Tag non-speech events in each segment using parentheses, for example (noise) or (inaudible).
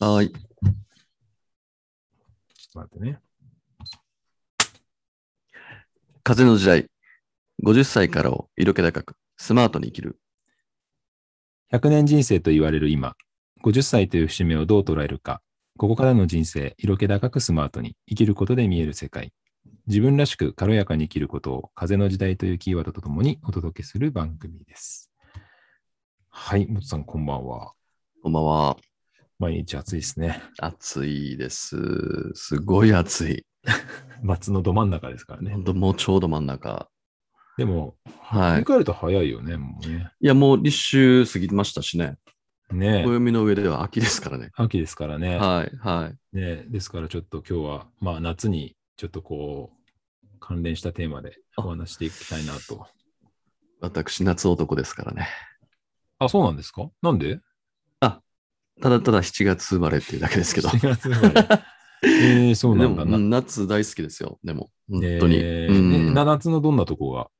はーい。ちょっと待ってね。風の時代。50歳からを色気高く、スマートに生きる。 100年人生と言われる今、50歳という節目をどう捉えるか、ここからの人生、色気高くスマートに生きることで見える世界。自分らしく軽やかに生きることを風の時代というキーワードとともにお届けする番組です。はい、もつさん、こんばんは。こんばんは。毎日暑いですね。暑いです。すごい暑い。夏のど真ん中ですからねほ。んともうちょうど真ん中。でも、振はいり。返ると早いよね、もうね。いや、もう立秋過ぎましたしね。ねえ暦の上では秋ですからね。秋ですからね。はい、はい。ね、ですからちょっと今日は、まあ、夏にちょっとこう関連したテーマであお話していきたいなと。私、夏男ですからね。あそうなんですかなんでただただ7月生まれっていうだけですけど。 7月生まれえー、そうなんだ (laughs) でもな。うん夏大好きですよ。でも、本当に。えーうんねな夏のどんなとこが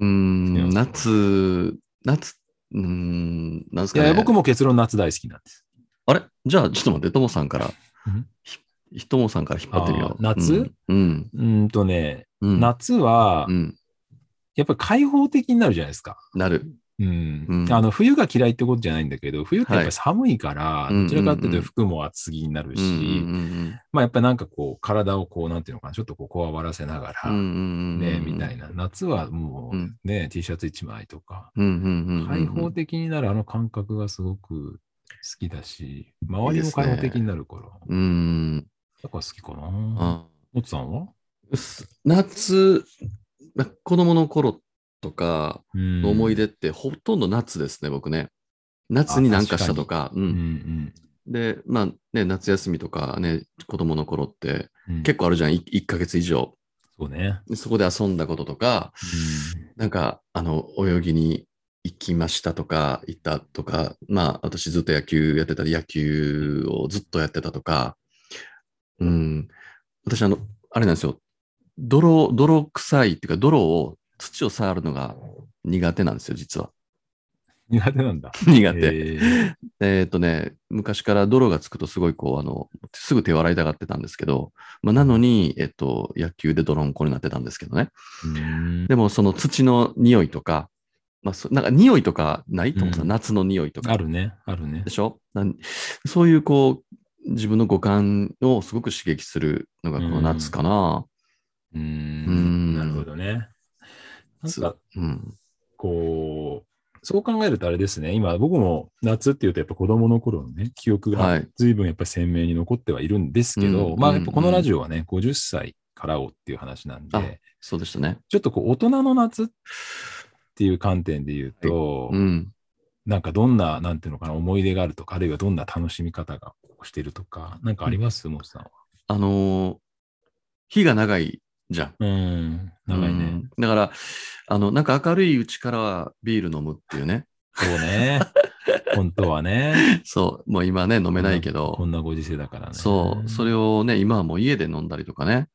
うん、好きなんで夏、夏、うん、なんですいかや、ね。僕も結論夏大好きなんです。あれじゃあ、ちょっと待って、ともさんからん、ひひともさんから引っ張ってみよう。あー夏うん。うーんとね、うん、うん夏はう、ん。やっぱり開放的になるじゃないですか。なる。うんうんあの冬が嫌いってことじゃないんだけど、冬ってやっぱはりい寒いから、うんどちらかといううんうとん服も厚着になるし、うんうんまあやっぱりなんかこう、体をこう、なんていうのかな、ちょっとこう、こわらせながうら、んうんうんね、みたい。な。夏はもうんうね、T シャツ1枚とか、うんうんうんうんうん。開放的になるあの感覚がすごく好きだし、周いいりでもすね開放的になるから、だかうん。ら好きかな。あもつさんは夏、子供の頃とかの思思い出ってほとんど夏ですね、僕ね。夏に何かしたとか。ううんんで、まあね、夏休みとかね、子供の頃ってうんうん。結構。構あるじゃん、い1ヶ月以上。そうね。でそこで遊んだこととか、なんか、あの、泳ぎに行きましたとか、行ったとか、まあ、私ずっと野球やってたり、野球をずっとやってたとか、うん、私、あの、あれなんですよ、泥、泥臭いっていうか、泥を、土を触るのが苦手なんですよ、実は。 (laughs) うん苦手なんだ。苦手。えーえーっとね、昔から泥がつくとすごいこう、あの、すぐ手を洗いたがってたんですけど、まあ、なのに、えっと、野球で泥んこになってたんですけどね。うんでもその土の匂いとか、まあ、そなんか匂いとかないと思った、うん夏の匂いとか。あるね、あるねで。しょなんそういうこう、自分の五感をすごく刺激するのがこの夏かな。うーうんんなるほどね。なんつか、うん。こう、そう考えるとあれですね、今僕も夏っていうとやっぱ子供の頃のね、記憶はがい随分やっぱり鮮明に残ってはいるんですけうど、んまあやっぱこのラジオはね、50歳からをっていう話なんあで、そうでしたね。ちょっとこう大人の夏っていう観点で言うと、うん。なんかどんな、なんていうのかな、思い出があるとか、あるいはどんな楽しみ方がしてるとか、なんかありますもつさんは。あのー日が長いじゃん。うん、長いうね。ん。だから、あの、なんか明るいうちからビール飲むっていうね。そう (laughs) ね。本当はね。そう、もう今ね、飲めないけこど、んなご時世だからね。そう、それをね、今はもう家で飲んだりとかね、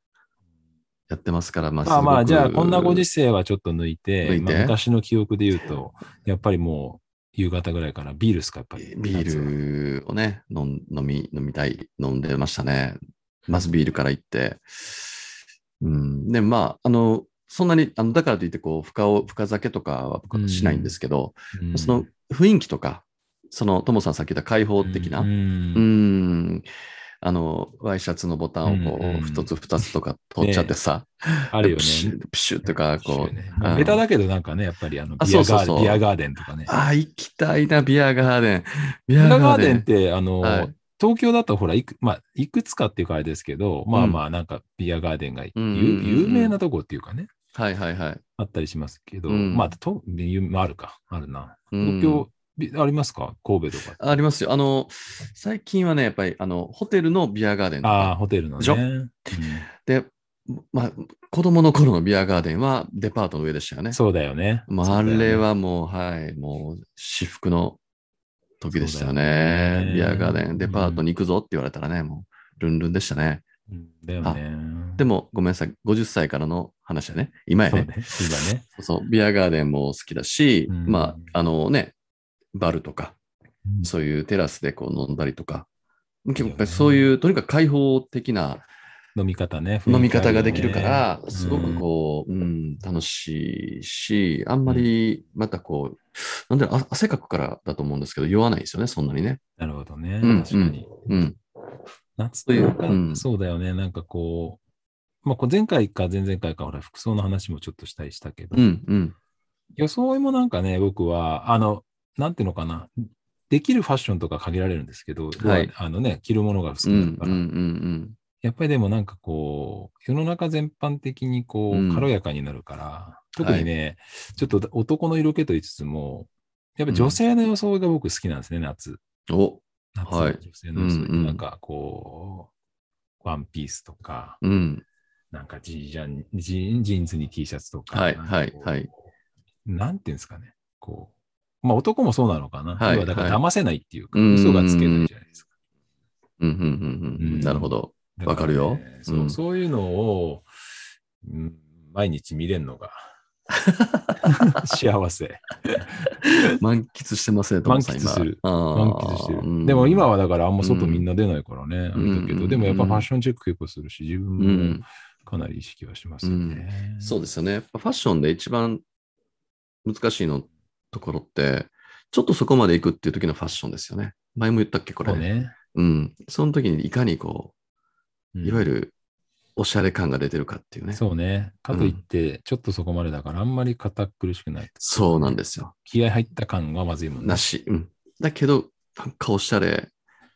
やってますから、まあ、まあまあ、すじごくゃあ、こんなご時世はちょっと抜いて、抜いてまあ昔の記憶で言うと、やっぱりもう、夕方ぐらいからビールですか、やっぱり。ビル。ールをね、飲ん飲み、飲みたい、飲んでましたね。まずビールから行って。うん、で、まあ、あの、そんなに、あのだからといって、こう、深を、深酒とかは僕はしないんですけど、うんその、雰囲気とか、その、ともさんさっき言った開放的な、うんうーんあの、ワイシャツのボタンをこうんうんう、一つ二つとか取っちゃってさ、あるよプね。シュッ、プシュッとか、こう、ねあのベタだけど、なんかね、やっぱりあのあビアそうそうガそー、うビアガーデンとかね。あ、行きたいな、ビアガーデン。ビビアアガガーーデデンっン。て、あの、はい東京だとほらいく、まあ、いくつかっていうかあれですけど、まあまあ、なんか、ビアガーデンがゆうんうんうん有名なとこっていうかね、はいはいはい。あったりしますけど、うんまあ、と有名あるか、あるな。うん東京、びありますか神戸とかって。ありますよ。あの、最近はね、やっぱり、あの、ホテルのビアガーデンとああ、か。ホテルのでしょね。で、まあ、子供の頃のビアガーデンはデパートの上でしたようねん。そうだよね。まあ、あれはもう、はい、もう、至福の時でしたよね。そうだよねビアガーデン、デパートに行くぞって言われたらね、もう、ルンルンでしたね。そうだよね。うんだよね。でも、ごめんなさい、50歳からの話だね。今やそうね。ね、今ね。そうそうビアガーデンも好きだし、うんまあ、あのね、バルとか、うんそういうテラスでこう飲んだりとか、結構やっぱりそういう、とにかく開放的な飲み方ね。飲み方ができるか雰囲気あら、すごくこう、うん、楽しいし、あんまり、またこう、なんだろう、あ汗かくからだと思うんですけど、酔わないですよね、そんなにね。るよね。なるほどね。うん確かに。うん。夏そういうなんかうんそうだよね。なんかこう、まあ、こう前回か前々回か、ほら、服装の話もちょっとしたりしたけど、うん、うん。装いもなんかね、僕は、あの、なんていうのかな、できるファッションとか限られるんですけど、はいあのね、着るものがう少ん、ないうから、ん、やっぱりでもなんかこう、世の中全般的にこうんう、軽やかになるから、特にね、ちょっと男の色気と言いつつも、やっぱ女性の装いが僕好きなんですね、夏。うん。お、夏はのい女性の装い。うんうんなんかこう、ワンピースとか、うん。なんかジージャン、ジーンジーンズに T シャツとか。はいなんかこうはいはい。なんていうんですかね。こう。まあ男もそうなのかな。はい要はだからは騙せないっていうか、うん嘘がつけないじゃないですか。うん、うん、うん、う。うんんなるほど。だらねわかるよそううんそういうのを、うん毎日見れる (laughs) のが幸せ。満喫してますね、トモさん、満今。喫する満満喫してる。でも今は、はだからあんま外みんな出ないからね、うんあれだけうんど、でもやっぱファッションチェック結構するし、自う分んも。かなり意識はしますよね。。そうですすよね。やっぱファッションで一番難しいのところって、ちょっとそこまで行くっていう時のファッションですよね。前も言ったっけ、これ。そうね。うん。その時にいかにこう、いわゆる。るおしゃれ感が出てるかっていうね。そうね。かといって、ちょっとそこまでだからあんまり堅苦しくない。そうなんですよ。気合入った感はまずいもんねな。し。うん。だけど、なんかおしゃれ。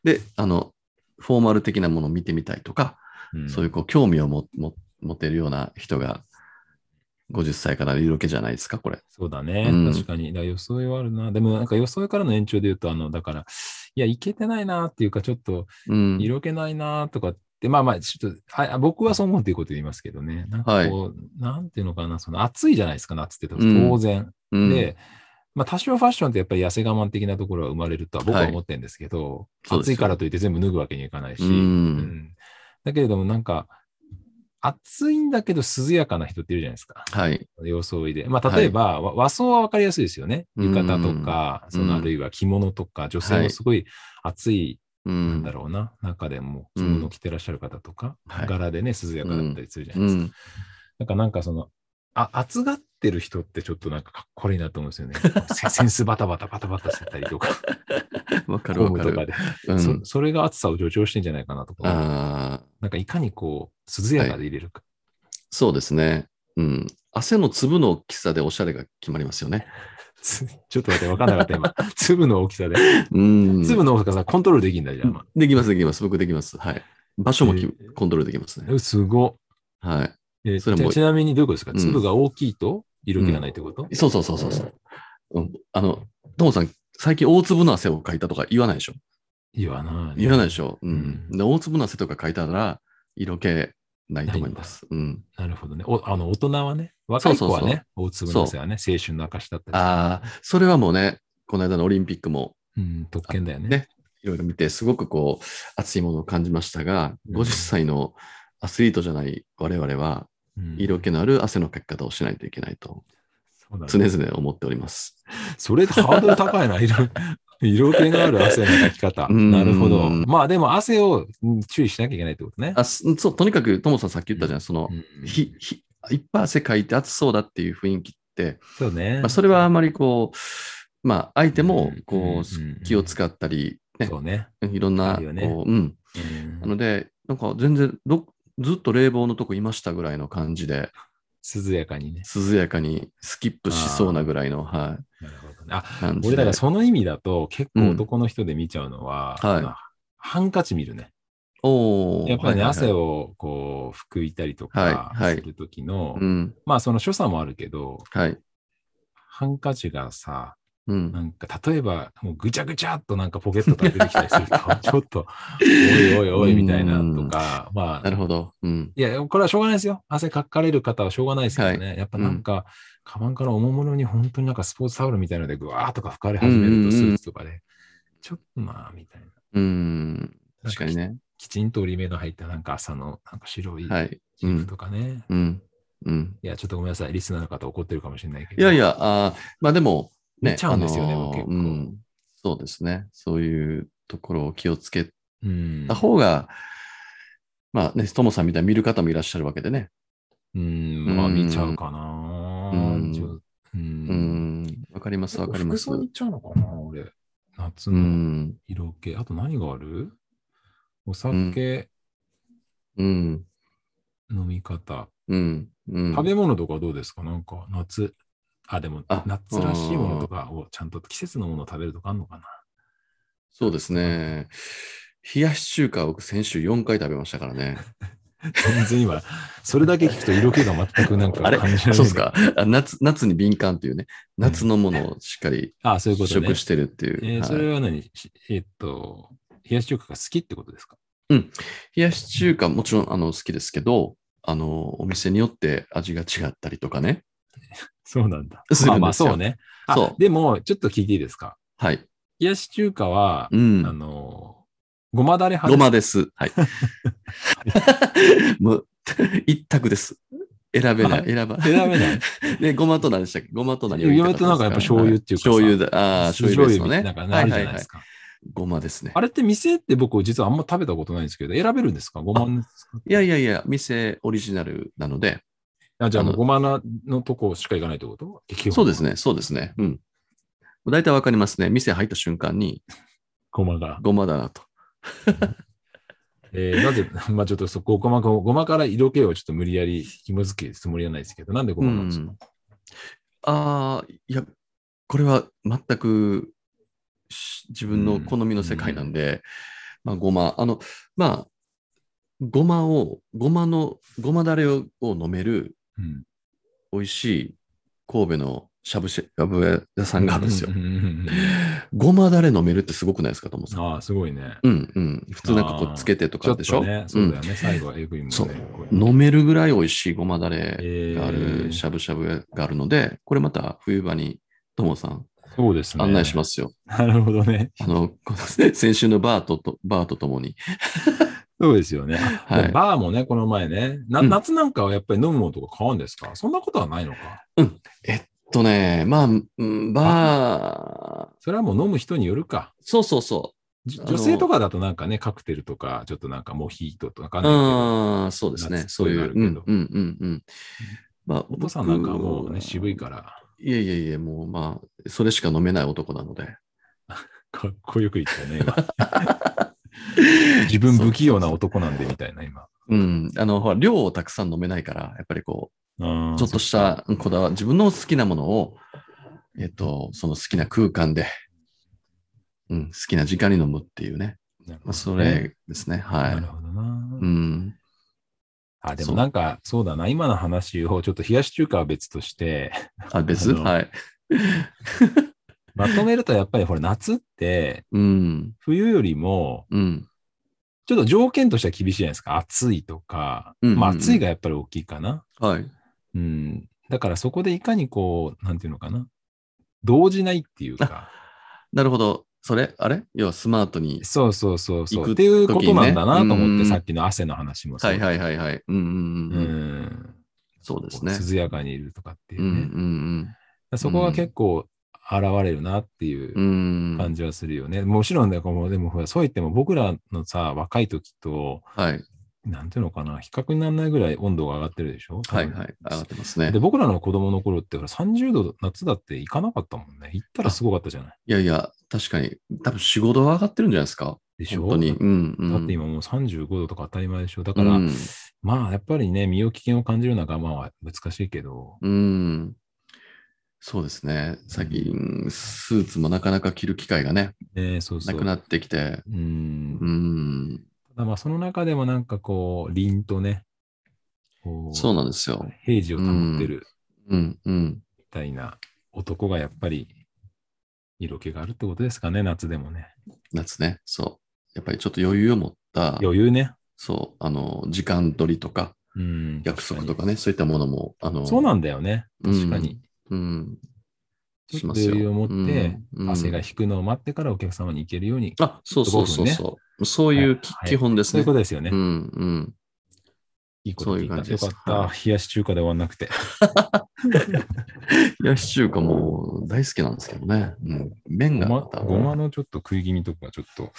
で、あの、フォーマル的なものを見てみたいとか、そういうこう興味をもも持てるような人が、50歳からいるわけじゃないですか、これ。そうだね、うん確かに。だから装いはあるな。でもなんか装いからの延長で言うと、あの、だから、いや、いけてないなっていうか、ちょっとうん。色気ないなとかって、まあまあ、ちょっとあ、あ僕はそう思うっていうこと言いますけどね。なんかこう、なんていうのかな、その暑いじゃないですか、夏ってうん当然。うん、で、まあ多少ファッションってやっぱり痩せ我慢的なところは生まれるとは僕ははい思ってるんですけど、そうです暑よいからといって全部脱ぐわけにはいかないし、うんんだけれどもなんか、暑いんだけど涼やかな人っているじゃないですか。はい。装いで。まあ、はい例えば、わ和装は分かりやすいですよね。浴衣とか、んそのあるいは着物とか、女性はもいすごい暑い、うなんんだろうな、中でもう着ん物着てらっしゃる方とか、はい柄でね、涼やかだったりするじゃなういですか。ん、なんか、なんかその、あ暑がってる人ってちょっとなんかかっこいいなと思う (laughs) んですよね。セセンスバタバタバタバタしてたりとか、わかるゴわムかとかる。で、うんそ。それが暑さを助長してんじゃないかなとか、ああ、なんかいかにこう、涼やかで入れるか。そうですね。うん。汗の粒の大きさでおしゃれが決まりますよね。つちょっと待って、分かんなかった今。粒の大きさで。うん。粒の大きさコントロールできるんだじゃん。できます、できます。僕できます。はい。場所もきえーコントロールできますね。えすごっ。はえそれもちちなみにどういうことですか、うん粒が大きいと色気がないってこと、い。そうそうそうそうそう。うん、あの、トモさん、最近大粒の汗をかいたとか言わないでしょ言わない。言わないでしょ、うん、うんで大粒の汗とかかいたら、色気ないと思います。うん。なるほどね。おあの大人はね、若い子はそうそうそうね、大粒の汗はね、青春の証だったりああ、それはもうね、この間のオリンピックもうん、特権だよね。ねいろいろ見て、すごくこう、熱いものを感じましたが、うん50歳のアスリートじゃない我々は、うん色気のある汗のかき方をしないといけないと、そうだね常々思っております。それハードル高いな、色 (laughs) 色気のある汗のかき方。うんなるほど。まあでも汗をうん注意しなきゃいけないってことね。あすそうとにかく、ともさんさっき言ったじゃん、そのう、んひ、ひ、いっぱい汗かいて暑そうだっていう雰囲気って、そうね。まあ、それはあまりこう、まあ、相手もうんこうんうんう気を使ったり、ね、そうね。いろんなあるよねこう、うん、うんなので、なんか全然ど、ずっと冷房のとこいましたぐらいの感じで、涼やかにね。涼やかにスキップしそうなぐらいの、はなるほどね。あい、感じ俺で。だからその意味だと結構うん男の人で見ちゃうのは、はいあのハンカチ見るね。おーやっぱはいはりね、いはい汗をこう拭いたりとかはいはいする時の、うん、まあその所作もあるけど、はい。ハンカチがさ、うんな。んか例えばもうぐちゃぐちゃっとなんかポケットから出てきたりする (laughs) と、ちょっと、おいおいおいみたいなとか、まなあ、るほど。うん。いや、これはしょうがないですよ。汗かかれる方はしょうがないですけどね。やっぱなんか、カバンからおもむろに本当になんかスポーツタオルみたいので、ぐわーっとか拭かれ始めるとスーツとかで、ちょっとまあ、みたいな。うん。確かにね。きちんと折り目が入ったなんか朝のなんか白いはい。ジーンズとかね、いうん。うん。や、ちょっとごめんなさい、リスナーの方怒ってるかもしれないけど。いやいや、あーまあでも、ね、見ちゃうんですよねあのー僕結構うん。そうですね。そういうところを気をつけうんた方が、まあね、トモさんみたいに見る方もいらっしゃるわけでね。うん、まあうん見ちゃうかな。うんじゃあうんうん、わかります、わかりま服す。装ういっちゃうのかな、俺。夏のん、色気。あと何があるお酒、うん、飲み方、うん、うん。食べ物とかはどうですかなんか夏。あ、でもあ夏らしいものとかをちゃんと季節のものを食べるとかあるのかなそうですね。冷やし中華を僕先週4回食べましたからね。全然今、それだけ聞くと色気が全くなんかあ感れじられない。そうですか (laughs) あ夏夏に敏感というね、夏のものをしっかりあそういうことね食。してるっていう。えーはいそれは何しえーっと、冷やし中華が好きってことですか冷やし中華もちろんあの好きですけど、あのお店によって味が違ったりとかね。そうなんだす。るんですよまあまあそうね。あそうでも、ちょっと聞いていいですかはい。冷やし中華は、うあん。の、ごまだれご派まです。 (laughs) はい。もう、 (laughs) 一択です。選べない。あ選ば (laughs) です。選べない。で、ごまと何でしたっけごまと何いやごまとなんかやっぱ醤油っていうかさはい醤油だ。ああ、醤油ベースのね。なんかあるじゃないですか。ごまですね。あれって店って僕実はあんま食べたことないんですけど、選べるんですかごまのいやいやいや、店オリジナルなので、あ、じゃあもあうのごまなのとこしか行かないってこと基本そうですね、そうですね。うん。大体わかりますね。店入った瞬間に、ごまが。ごまだなと。えーなぜ、 (laughs) まあちょっとそこ、ごまがごまから色気をちょっと無理やり紐づけるつもりはないですけど、なんでごまなんですか、ああ、いや、これは全くし自分の好みの世界なんで、まあ、ごま、あの、まあ、ごまを、ごまの、ごまだれをを飲めるうん美味しい神戸のしゃぶしゃぶ屋さんがあるんですよう。んうんうんごまだれ飲めるってすごくないですか、ともうさん。んああ、すごいね。うんうん。普通なんかこあーうつけてとちょかっでしょとね、そうだよね、最後はエグいもんね。そうこうれん飲めるぐらい美味しいごまだえれーがあるしゃぶしゃぶがあるので、これまた冬場にともさんそうですね。。案内しますすよ。なるほどね。あの、 (laughs) この先週のバーとと、バーとともに。そうですよね。はでいも。バーもね、この前ね、なうん夏なんかはやっぱり飲むものとか買うんですか、そんなことはないのかとね、まあ、うんバー、それはもう飲む人によるか。そうそうそじあの女性とかだとなんかね、カクテルとか、ちょっとなんかモヒートとかわかう。んないうん、そうですね。夏っそぽういいのあうる。うけんど、うん、うん、うん。まあ、けど、お父さんなんかはもうね、僕渋いから、いやいやいや、もうまあ、それしか飲めない男なので。かっこよく言ったね、今 (laughs) 自分不器用な男なんでみたいな、今。うん。あの、ほら、量をたくさん飲めないから、やっぱりこう、あーちょっとしたこだわり、自分の好きなものを、えっと、その好きな空間で、うん、好きな時間に飲むっていうね。なるまあ、ほどねそれですね。はないる。ほどな。うん。あ、でそもうなんか、そうだな、今の話をちょっと冷やし中華は別として、 (laughs) あ、別あのはい。まとめるとやっぱりほら、夏って、うん。冬よりも、うん。ちょっと条件としては厳しいじゃないですか。暑いとか、うんうんうんまあ暑いがやっぱり大きいかな。はい。うん。だからそこでいかにこう、なんていうのかな。動じないっていうか、なるほど。それあれ要はスマートに。そうそうそうそ行う。くっていうことなんだなと時思っにて、ねさっきの汗の話もそうはいはいはいはい。うんうんううん。ん。そうですね。涼やかにいるとかっていううんね。うんそこは結構現れるなっていううん。うん。感じはするよね。もちろんね、こうでもほら、そう言っても僕らのさ、若い時と、はい。なんていうのかな、比較にならないぐらい温度が上がってるでしょはいはい。上がってますねで、。僕らの子供の頃ってほら30度夏だって行かなかったもんね。行ったらすごかったじゃないいやいや、確かに。多分仕事は上がってるんじゃないですか。でしょ本当に。うんうん。だって今もう35度とか当たり前でしょ。だから、うんまあやっぱりね、身を危険を感じるような我慢は難しいけど、うん。そうですね。最近、スーツもなかなか着る機会がね、ね、そうそなう。くなってきて、うんう。ん、ただまあその中でもなんかこう、凛とね、こうそうなんですよ。平時を保ってるうん、うん。みたいな男がやっぱり色気があるってことですかね、夏でもね。夏ね、そう。やっぱりちょっと余裕を持った、余裕ね。そう、あの、時間取りとか、うん。約束とかね、そういったものも、あの、そうなんだよね。確かに。うん、ちしょっまとすよ。余裕を持って、うんうん汗が引くのを待ってからお客様に行けるように。あ、そうそうそうそう。そういうきはい基本ですそういね。うことですよね。うん、うん。いいこと聞いそた。ういう感じでよすかった、は冷やし中華で終わんなくて。冷やし中華も大好きなんですけどね。うん、麺ごがままた。ごまのちょっと食い気味とか、ちょっと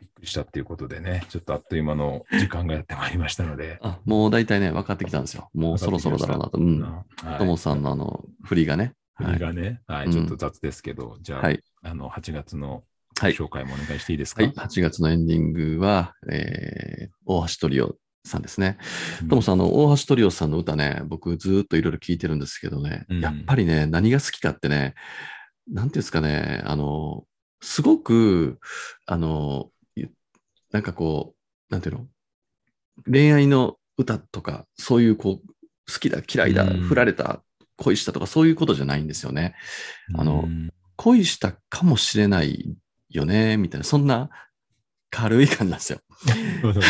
びっくりしたっていうことでね、ちょっとあっという間の時間がやってまいりましたのであ、もう大体ね、分かってきたんですよ。もうそろそろだろうなと。う。うんんともはさんのあの、振りがね。い、は国い。がね、はうい、んちょっと雑ですけど、じゃあ、はい。あの、8月のはい紹介もお願いしていいですか。はい、8月のエンディングは、えー大橋トリオさんですね。うんともさん、あの、大橋トリオさんの歌ね、僕ずーっといろいろ聞いてるんですけどね、うんやっぱりね、何が好きかってね、なんていうんですかね、あの、すごく、あの、いなんかこう、なんていうの、恋愛の歌とか、そういうこう、好きだ、嫌いだ、うん振られた、恋したとか、そういうことじゃないんですよね。あのうん恋したかもしれないよね、みたいな、そんな軽い感じなんですよ。なるほどね。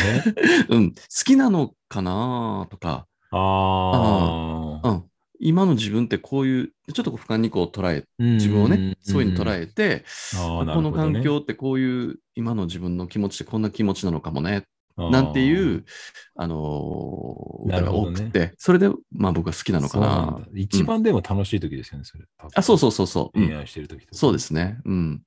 うん、好きなのかなとか、 (laughs) あうあ。ん、今の自分ってこういう、ちょっとこう俯瞰にこう捉え、自分をね、そういうふうに捉ええて、ここの環境ってこういう、今の自分の気持ちってこんな気持ちなのかもね、なんていうう、あのーな歌るがほ多どねくて、それで、まあ僕は好きなのかそうな。んだ一番でも楽しい時ですよね、それ。あ、そうう。そうそうそう。うん恋愛してる時とかそうですね。うん。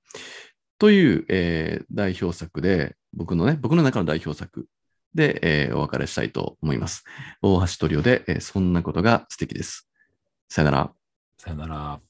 という、えー代表作で、僕のね、僕の中の代表作で、えーお別れしたいと思います。大橋トリオで、えーそんなことが素敵です。さよなら。さよなら。